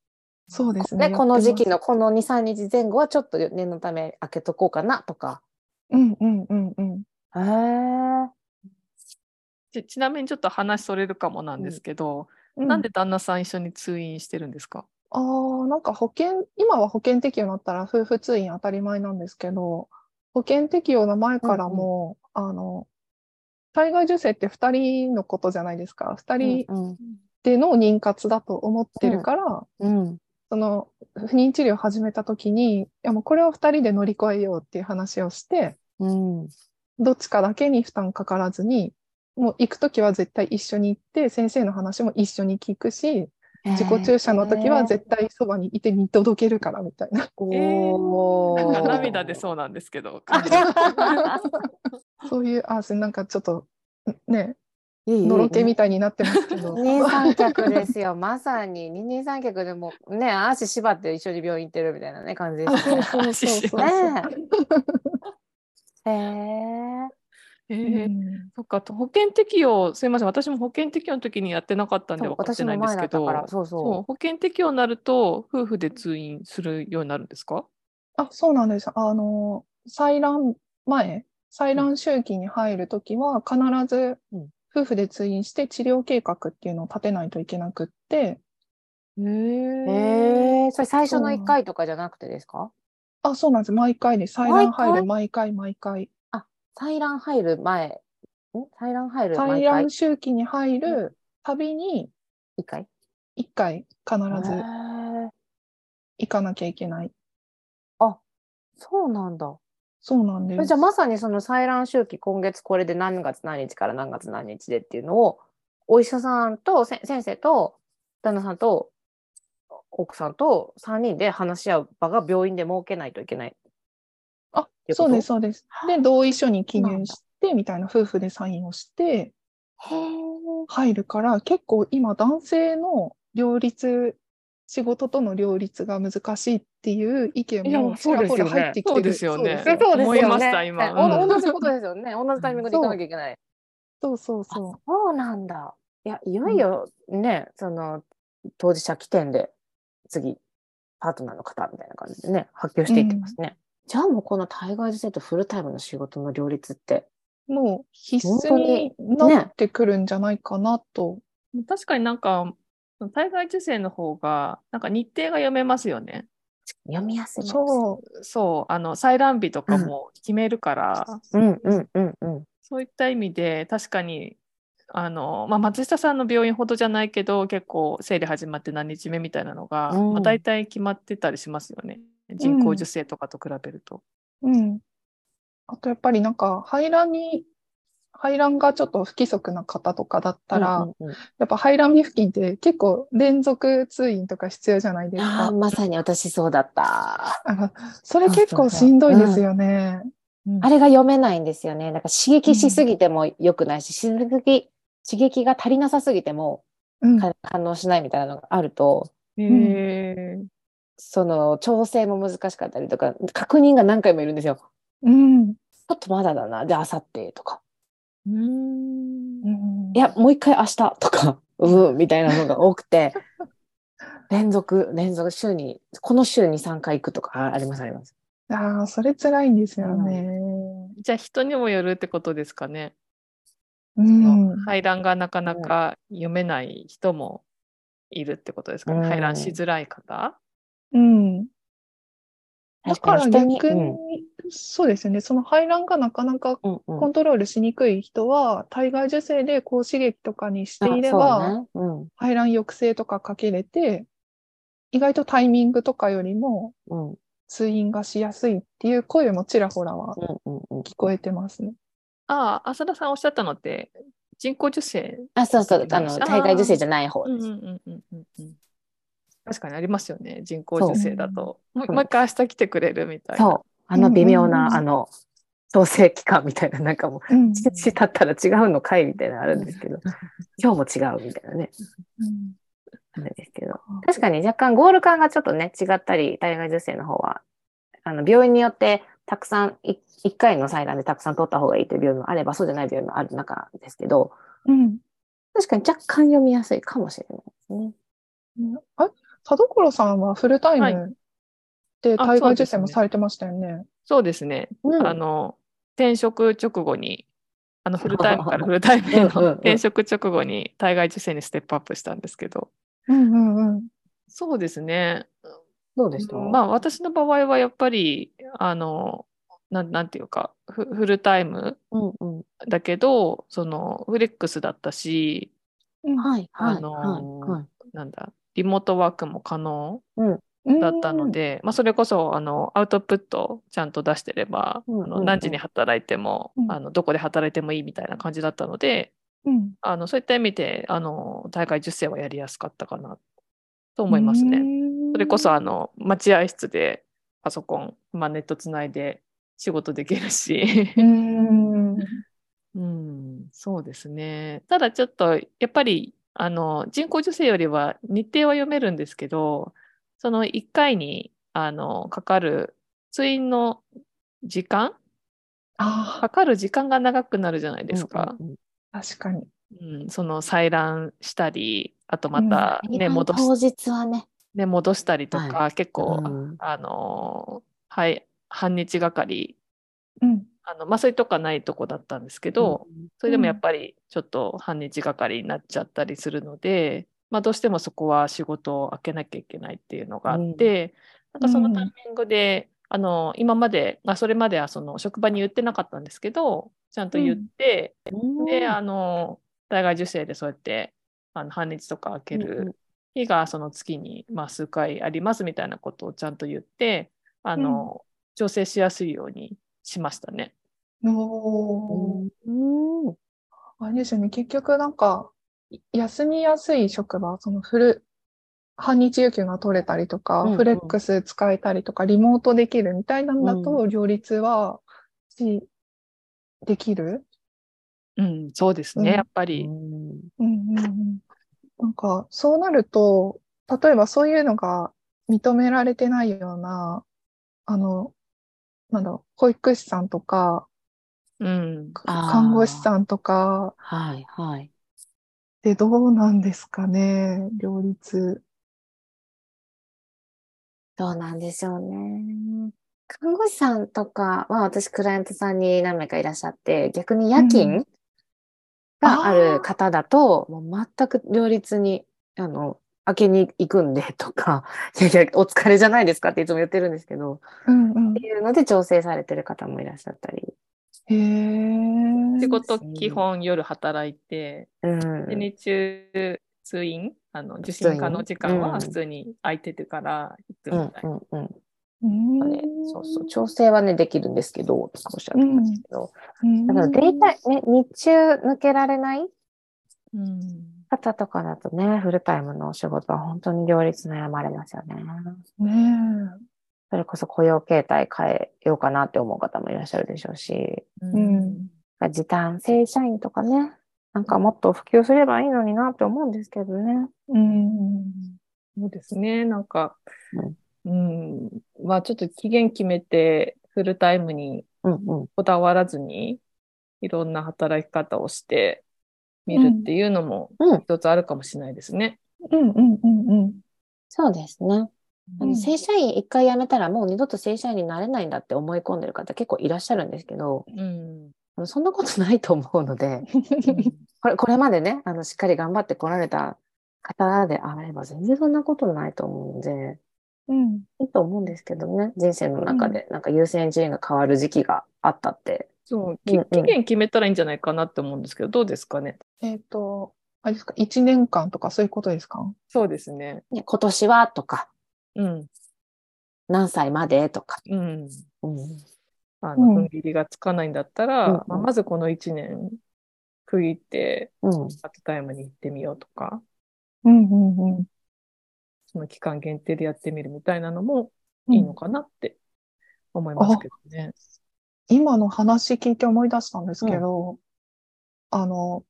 C: そうですね。
B: で、この時期
C: や
B: の
C: って
B: この2、3日前後はちょっと念のため開けとこうかなとか。
C: ます。うんうんうんうん。
B: へー。
A: ちちなみにちょっと話それるかもなんですけど、
C: うん
A: なんで旦那さん一緒に通院してるんですか、
C: ああ、なんか保険、今は保険適用になったら夫婦通院当たり前なんですけど、保険適用の前からも、あの、体外受精って2人のことじゃないですか。2人
B: うん
C: での妊活だと思ってるから、
B: うん。
C: その、不妊治療を始めた時に、いやもうこれを2人で乗り越えようっていう話をして、
B: うん。うん。
C: どっちかだけに負担かからずに、もう行く時は絶対一緒に行って、先生の話も一緒に聞くし、自己注射の時は絶対そばにいて見届けるからみたいな、
B: 構、
A: なんか
B: [LAUGHS] おー
A: [LAUGHS] 涙出そうなんですけど。
C: そういう、あ、すなんかちょっと、ね、
B: [LAUGHS] いいいい
C: のろけみたいになってますけ
B: [LAUGHS]
C: ど。
B: 二人三脚ですよ。 [LAUGHS] まさに二人三脚でもうね、足縛って一緒に病院行ってるみたいなね、感じで
C: あ
B: す
C: [LAUGHS] [LAUGHS] そう
B: ね。
C: そうそうそう。
B: [LAUGHS] ねえ。へえ。
C: う
A: えー
C: ん
A: そっかと保険適用すみません私も保険適用の時にやってなかったんで
B: そう
A: 分かって
B: 私
A: ない
B: も
A: んで
B: 前
A: す
B: だ
A: け
B: った
A: ど
B: から、そうそう。
A: そう保険適用になると夫婦で通院するようになるんですか
C: あ、そうなんです。あの、採卵前、採卵周期に入るときは、必ず
B: うん
C: 夫婦で通院して治療計画っていうのを立てないといけなくって、
A: へ
B: ええ、それ最初
C: そ
B: の
C: う
B: 一回とかじゃなくてですか
C: あ、そうなんです。毎回で、採卵入る、毎回、毎回。
B: 採卵入る前採卵入る
C: 採
B: 毎回
C: 卵周期に入るたびに
B: 一回
C: 1回必
B: へ
C: ず
B: ー
C: 行かなきゃいけない。
B: そうなんだ。
C: そうなんです。
B: じゃあまさにその採卵周期今月これで何月何日から何月何日でっていうのをお医者さんとせ先生と旦那さんと奥さんと3人で話し合う場が病院で設けないといけない。
C: あ
B: てこと
C: そうです、そうです。で、同意書に記入して、みたいな夫婦でサインをして、入るから、結構今、男性の両立、仕事との両立が難しいっていう意見
B: いや
C: もち
B: そう
C: ら
B: です
C: ほ
B: よね
C: ら入ってきてる。
A: そうですよね
C: そう
A: え
C: です
A: そうですよね思いました今
B: お
A: うん
B: 同じことですよね。同じタイミングで行かなきゃいけない。
C: そうそう
B: あそ
C: そう
B: なんだ。いや、いよいよね、その当事者起点で次、パートナーの方みたいな感じでね、発表していってますね。じゃあもうこの対外女性とフルタイムの仕事の両立って、
C: う。もう必須になってくるんじゃないかなと。
A: 確かになんか、対外受精の方が、なんか日程が読めますよね。
B: 読みやすいです。
C: そう。
A: そう、あの、採卵日とかも決めるから、
B: うんうんうんうん。
A: そういった意味で、確かに、あの、まあ、松下さんの病院ほどじゃないけど、結構、生理始まって何日目みたいなのが、
B: うん
A: まあ、大体決まってたりしますよね。人工授精とかと比べると。
C: うん。あとやっぱりなんか、排卵に、排卵がちょっと不規則な方とかだったら、
B: うんうんうん
C: やっぱ排卵日付近って結構連続通院とか必要じゃないです
B: あ
C: か
B: ー。まさに私そうだった。
C: あのそれ結構しんどいですよね。うん
B: あれが読めないんですよね。だから刺激しすぎても良くないし、刺激、刺激が足りなさすぎても
C: うん
B: か反応しないみたいなのがあると、
A: へえ。
B: その調整も難しかったりとか、確認が何回もいるんですよ。
C: うん
B: ちょっとまだだな、じゃあ明後日とか。
A: うん
C: う。ん
B: いや、もう一回明日とか、 [LAUGHS] うん、みたいなのが多くて、連続、連続、週に、この週に3回行くとか、ああります、あります。
C: ああ、それ辛いんですよね。
A: じゃあ、人にもよるってことですかね。
C: うん。
A: 排卵がなかなか読めない人もいるってことですかね。
B: うん
A: 排卵しづらい方。
C: うん。だ
B: 確
C: か
B: からに人に、
C: 逆
B: う
C: に
B: ん、
C: そうですよね。その排卵がなかなか
B: うん、う
C: コ
B: ん。
C: ントロールしにくい人は、体外受精で高刺激とかにしていれ
B: あ
C: ば、、
B: そうね
C: 排卵抑制とかかけれて、意外とタイミングとかよりも
B: うん、うん、
C: 通院がしやすいっていう声もちらほらは
B: うん、うん。
C: 聞こえてますね。
A: ああ、浅田さんおっしゃったのって、人工授精。
B: あ、そうそう、あ
A: あ
B: の、
A: ー
B: 体外受精じゃない方
A: うん
B: で
A: うん
B: す。
A: うんうんうんうん。確かにありますよね。人工授精だと。もう
B: そう
A: もう一回明日来てくれるみたいな。
B: そう。あの微妙
C: うんうんう
B: な、
C: ん
B: あの、調整期間みたいな、なんかもう
C: うん
B: 一日 [LAUGHS] 経ったら違うのかいみたいなのあるんですけ
C: [LAUGHS]
B: ど、今日も違うみたいなね、
C: うん
B: あるんですけど。確かに若干ゴール感がちょっとね、違ったり、体外受精の方は、あの、病院によってたくさん、い一回の採卵でたくさん取った方がいいという病院もあれば、そうじゃない病院もある中ですけど、
C: うん。
B: 確かに若干読みやすいかもしれないですね。
C: あ、田所さんはフルタイ
A: はい
C: ムで体
A: あそう
C: 外
A: で
C: 受
A: す
C: 精
A: ね
C: もされてましたよね。
A: そうですね。
B: うん
A: あの、転職直後に、あの、フルタイム
B: [LAUGHS]
A: からフルタイムへの
B: うんうんうん
A: 転職直後に、体外受精にステップアップしたんですけど。
C: うんうんうん。
A: そうですね。
B: どうでした
A: まあ私の場合はやっぱりあのなんなんていうかフフルタイム
B: うんうん。
A: だけどそのフレックスだったし
B: はい、はい、
A: あのー
B: はい、はい。
A: なんだリモートワークも可能
C: うん
A: だったの。で、まあ、それこそあのアウトプットちゃんと出してれば、
B: うん
A: あ
B: うんう
A: の
B: ん
A: 何時に働いても、
C: うん
A: あのどこで働いてもいいみたいな感じだったので
C: うん。
A: あのそういった意味であの大会受精はやりやすかったかなと思いますね。
C: うん
A: それこそあの待合室でパソコン、まあ、ネットつないで仕事できるし、
C: うん。
A: [LAUGHS] うん、そうですね。ただちょっとやっぱりあの人工授精よりは日程は読めるんですけど、その1回にあのかかる通院の時間
C: あ
A: かかる時間が長くなるじゃないですか。
B: うんうんうん
C: あ、確かに。
A: うん、その採卵したり、あとまたね、戻し
B: 当日はね、
A: ね、戻したりとか、
B: は
A: 結構、
B: うん
A: あのーはい、半日がかり、
C: うん。
A: あの、麻酔とかないとこだったんですけど、それでもやっぱりちょっと半日がかりになっちゃったりするので、まあどうしてもそこは仕事を開けなきゃいけないっていうのがあって、なんかそのタイミングで、あの、今まで、まあ、それまではその職場に言ってなかったんですけど、ちゃんと言って、で、あの、体外受精でそうやって、あの、半日とか開け
B: うんうん
A: る日が、その月に、まあ、数回ありますみたいなことをちゃんと言って、あの、調整しやすいようにしましたね。
C: おー
B: うん
C: あれですよね、結局なんか、い休みやすい職場、そのフル、半日有給が取れたりとか、
B: うんうん
C: フレックス使えたりとか、リモートできるみたいなんだと、両立はし、できる
A: うん、そうですね、
C: うん
A: やっぱり。
C: うんうんうんなんか、そうなると、例えばそういうのが認められてないような、あの、なんだろう、保育士さんとか、
A: うん。
B: あー
C: 看護師さんとか
B: はいはい。
C: でどうなんですかね、両立。
B: どうなんでしょうね。看護師さんとかは、私、クライアントさんに何名かいらっしゃって、逆に夜
C: う
B: 勤があ
C: あー
B: る方だと、もう全く両立に、あの、明けに行くんでとか、 [LAUGHS] いやいや、お疲れじゃないですかっていつも言ってるんですけど、
C: うんうん
B: って。いうので調整されてる方もいらっしゃったり。
C: へえ。
A: 仕事
B: うん
A: 基本夜働いて、
B: うん。
A: で日中通院、あの受
B: 通
A: 診
B: 院
A: 可能時間
B: う
A: は
B: ん
A: 普通に空いてるから行く
B: う
A: み
B: ん
A: たいな。
B: うんうん。
C: うん
B: ね、そうそう、調整はね、できるんですけど、少しはできますけど、
C: うん
B: だからデータ、ね、日中抜けられない
A: うん
B: 方とかだとね、フルタイムのお仕事は本当に両立悩まれますよね。
C: ね
B: それこそ雇用形態変えようかなって思う方もいらっしゃるでしょうし、
C: うん
B: 時短正社員とかね、なんかもっと普及すればいいのになって思うんですけどね。
C: え。うん。
A: そうですね、なんか、
B: う
A: うん、まあちょっと期限決めてフルタイムに
B: うんうん。
A: こだわらずに、いろんな働き方をしてみるっていうのも
B: うん
A: 一つあるかもしれないですね。
C: うんうんうんうん。
B: そうですね。あ
C: う
B: の
C: ん
B: 正社員一回辞めたらもう二度と正社員になれないんだって思い込んでる方結構いらっしゃるんですけど、
A: うん
B: あのそんなことないと思うので、 [LAUGHS] これこれまでね、あのしっかり頑張ってこられた方であれば全然そんなことないと思うので、
C: うん。
B: いいと思うんですけどね、人生の中で、なんか優先順位が変わる時期があったって。
A: そう、
B: うんう
A: き
B: ん
A: 期限決めたらいいんじゃないかなって思うんですけど、どうですかね。
C: えっと、あれですか、一年間とかそういうことですか
A: そうですね。
B: ね、今年はとか、
A: うん。
B: 何歳までとか。
A: うん。
B: うん
A: あ
C: うん
A: の、踏ん切りがつかないんだったら、
B: うんうん
A: まあまずこの1年区切って、
B: うん
A: パートタイムに行ってみようとか、
C: うんうんうん。
A: その期間限定でやってみるみたいなのもいいのかなって思いますけどね。
C: 今の話聞いて思い出したんですけど、あの、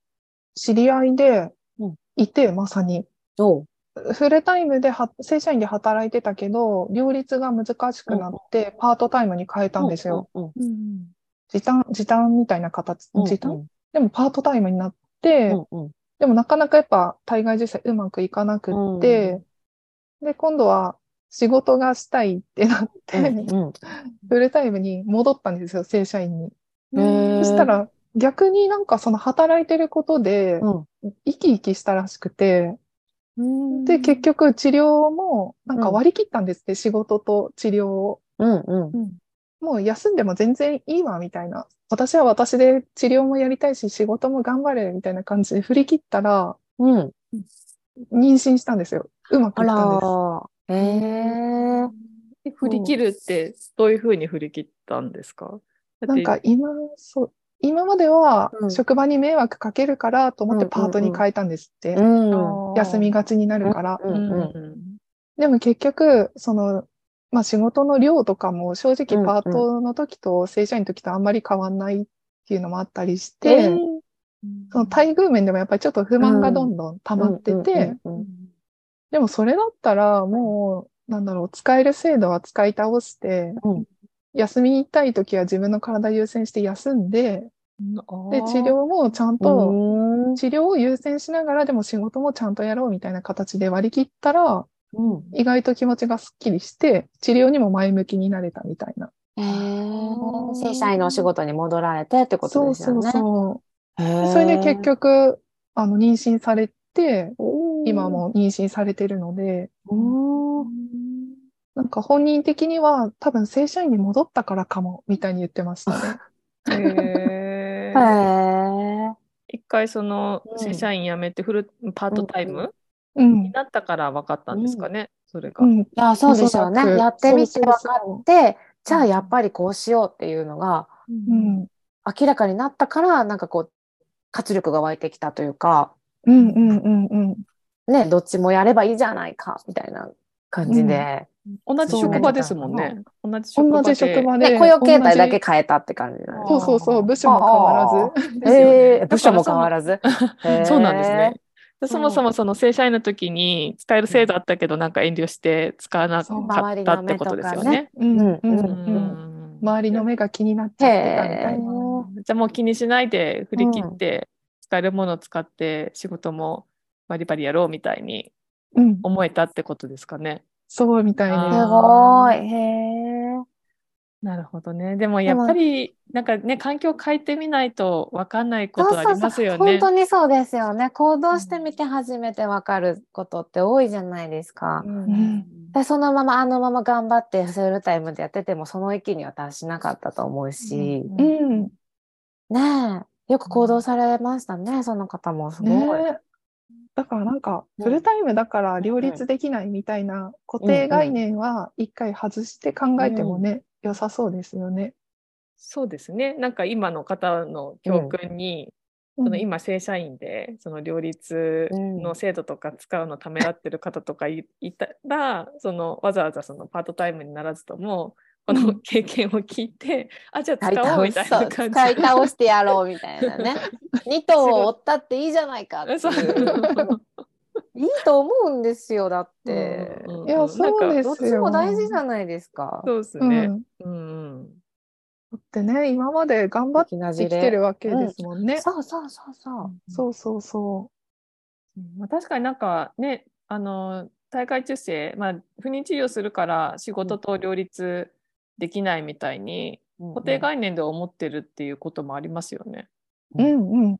C: 知り合いで
B: うん
C: いて、まさに。
B: おう
C: フルタイムでは、正社員で働いてたけど、両立が難しくなって、パートタイムに変えたんですよ。。
B: うんうん
A: うん。
C: 時短、時短みたいな形、
B: うん
C: 時短でもパートタイムになって、
B: うんうん
C: でもなかなかやっぱ対外受精うまくいかなくって、で、今度は仕事がしたいってなって、
B: うん
C: フルタイムに戻ったんですよ、正社員に。
B: うんへー
C: そしたら逆になんかその働いてることで
B: うん
C: 生き生きしたらしくて、
B: うん
C: で、結局治療もなんか
B: うん
C: 割り切ったんですって、仕事と治療を。
B: うんうん
C: もう休んでも全然いいわ、みたいな。私は私で治療もやりたいし、仕事も頑張れ、みたいな感じで振り切ったら、
B: うん。
C: 妊娠したんですよ。うまく
B: あ
C: いったんです。
B: ら、ええ。
A: で振り切るって、どういうふうに振り切ったんですかだ
C: な
A: って
C: んか今、そう、今までは
B: うん
C: 職場に迷惑かけるからと思って
B: うん
C: パートに変えたんですって。
B: うん。
C: 休みがちになるから。
B: う
A: うんん
B: うん
C: でも結局、その、まあ仕事の量とかも正
B: う
C: 直
B: ん
C: パートの時と正社員の時とあんまり変わんないっていうのもあったりして、
B: えー
A: うん
C: その待遇面でもやっぱりちょっと不満がどんどん溜まってて、
B: うんうん
C: でもそれだったらもう、なんだろう、使える制度は使い倒して、
B: うん
C: 休みたい時は自分の体優先して休んで、で、治療もちゃん
B: う
C: と、
B: んうん
C: 治療を優先しながらでも仕事もちゃんとやろうみたいな形で割り切ったら、
B: うん
C: 意外と気持ちがすっきりして、治療にも前向きになれたみたいな。
B: えー正社員のお仕事に戻られてってこと
C: そう
B: です
C: そ
B: よ
C: う
B: ね。
C: そ
B: へ
C: う。
B: ー
C: それで結局、あの、妊娠されて、
B: おー
C: 今も妊娠されてるので、
B: おー
C: なんか本人的には多分正社員に戻ったからかもみたいに言ってました
B: [LAUGHS]
C: ね。
A: へ [LAUGHS]
B: へ
A: ー
B: え。
A: 一回その
B: うん
A: 正社員辞めてフルパートタイム
C: う
A: に
C: ん。
A: なったから分かったんですかね、それが。
C: うん。
B: いや、そうでしょう
C: おそら
B: ね。
C: く
B: やってみて
C: そう
B: 分か
C: そうそう
B: って、じゃあやっぱりこうしようっていうのが
C: うん。
B: 明らかになったから、なんかこう、活力が湧いてきたというか、
C: うんうんうんうん。
B: ね、どっちもやればいいじゃないか、みたいな感じで。
A: 同じ職場ですもんね。同じ職場
C: 同
A: で
C: じ職場で。
B: で、雇用形態だ
C: 同
B: け
C: じ。
B: 変えたって感じなんです
C: そうそうそう、部署も変 [LAUGHS] わらず。
A: ですよね
B: えー部署も変わらず。へ
A: [LAUGHS]
B: ー
A: そうなんですね。。で
B: ん
A: そもそもその正社員の時に使える制度あったけど、なんか遠慮して使わなかったってことですよね。
C: うんうんう。
B: う
A: うん
B: ん
A: ん
C: 周りの目が気になっちゃってたみたいな。
A: じゃあもう気にしないで振り切って、使えるものを使って仕事もバリバリやろうみたいに
C: うん。
A: 思えたってことですかね。
C: そうみたい
A: あ
C: に。
B: すごい。へー
A: なるほどね。でもやっぱりなんかね環境を変えてみないとわかんないことありますよ
B: 本
A: ね。
B: 当にそうですよね。行動してみて初めてわかることって多いじゃないですか。
C: ん
B: でそのままあのまま頑張ってフルタイムでやっててもその域には達しなかったと思うし、
C: うん。
B: ねえよく行動されましたねその方もすごい。
C: ねえだからなんか、フルタイムだから両立できないみたいな固定概念は一回外して考えてもね、良さそうですよね。
A: そうですね。なんか今の方の教訓に、その
C: うん
A: 今正社員でその両立の制度とか使うのためらってる方とかいいたら、そのわざわざそのパートタイムにならずともこ
C: う
A: の
C: ん
A: 経験を聞いて、あじゃあ
B: 使い
A: 使おう
B: 倒
A: みたい
B: し
A: な
B: そう
A: 感
B: 使い
A: じ。
B: 倒してやろうみたいなね2頭を追ったっていいじゃないかって
A: [LAUGHS]
B: い
A: そう
B: ういいと思うんですよだって、
A: うん
C: いや
A: うん
C: そうです
B: どっちも大事じゃないですか。
A: そうです
C: うん
A: ね。
C: だ
A: うんうん
C: ってね、今まで頑張って
B: な
C: 生きてるわけですもんね。
B: そうそうそうそう。
C: そうそうそ
A: うんまあ、確かになんかねあの大会中生、まあ、不妊治療するから仕事と両立できないみたいに固定概念で思ってるっていうこともありますよね。
C: う。うんうん。
A: うん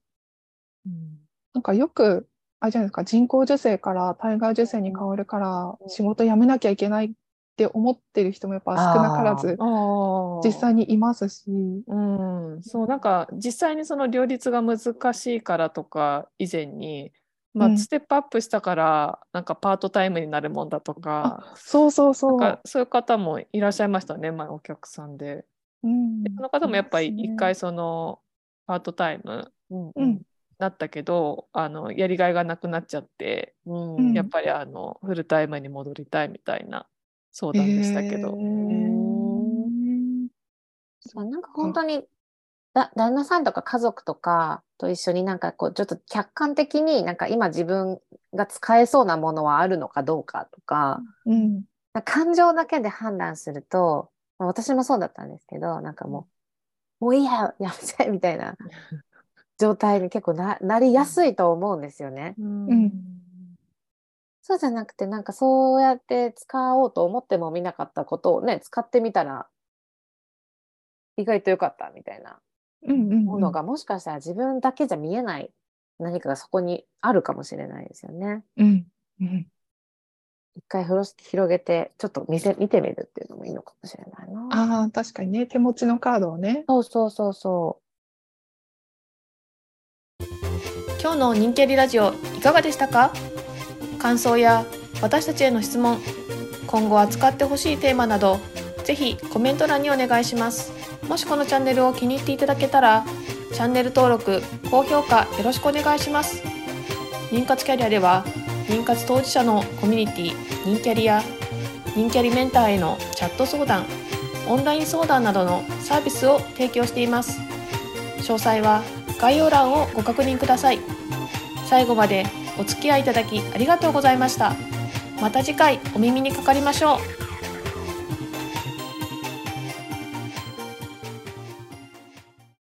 C: なんかよく、あれじゃないですか、人工授精から体外受精に変わるから仕事辞めなきゃいけないって思ってる人もやっぱ少なからず
A: あ
C: 実際にいますし。
A: うん、そうなんか実際にその両立が難しいからとか以前に、ま
C: う
A: あ、
C: ん
A: ステップアップしたからなんかパートタイムになるもんだとか,、
C: そうそうそう。
A: なんかそういう方もいらっしゃいましたね、まあ、お客さんで。
C: うん
A: でその方もやっぱり
C: そうですね
A: 一回そのパートタイム
B: うん
C: うん
A: なったけどあのやりがいがなくなっちゃって、
B: うん
C: うん
A: やっぱりあのフルタイムに戻りたいみたいな相談でしたけ
C: へ
A: ど。
C: ー
B: まあなんか本当にだ旦那さんとか家族とかと一緒になんかこうちょっと客観的になんか今自分が使えそうなものはあるのかどうかとか、
C: うん
B: なんか感情だけで判断すると、まあ私もそうだったんですけどなんかもう、もういいややめちゃえみたいな状態に結構ななりやすいと思うんですよね。
A: うん
C: うん
B: そうじゃなくてなんかそうやって使おうと思ってもみなかったことをね使ってみたら意外と良かったみたいな
C: うんうん
B: ものがもしかしたら自分だけじゃ見えない何かがそこにあるかもしれないですよね。
C: うんうん
B: 一回風呂敷広げてちょっと見せ見てみるっていうのもいいのかもしれないな。
C: ああ確かにね手持ちのカードをね
B: そうそうそうそ
D: 今日の人気リラジオいかがでしたか感想や私たちへの質問今後扱ってほしいテーマなどぜひコメント欄にお願いしますもしこのチャンネルを気に入っていただけたらチャンネル登録高評価よろしくお願いします妊活キャリアでは妊活当事者のコミュニティ妊キャリや妊キャリメンターへのチャット相談オンライン相談などのサービスを提供しています詳細は概要欄をご確認ください最後までお付き合いいただきありがとうございましたまた次回お耳にかかりましょう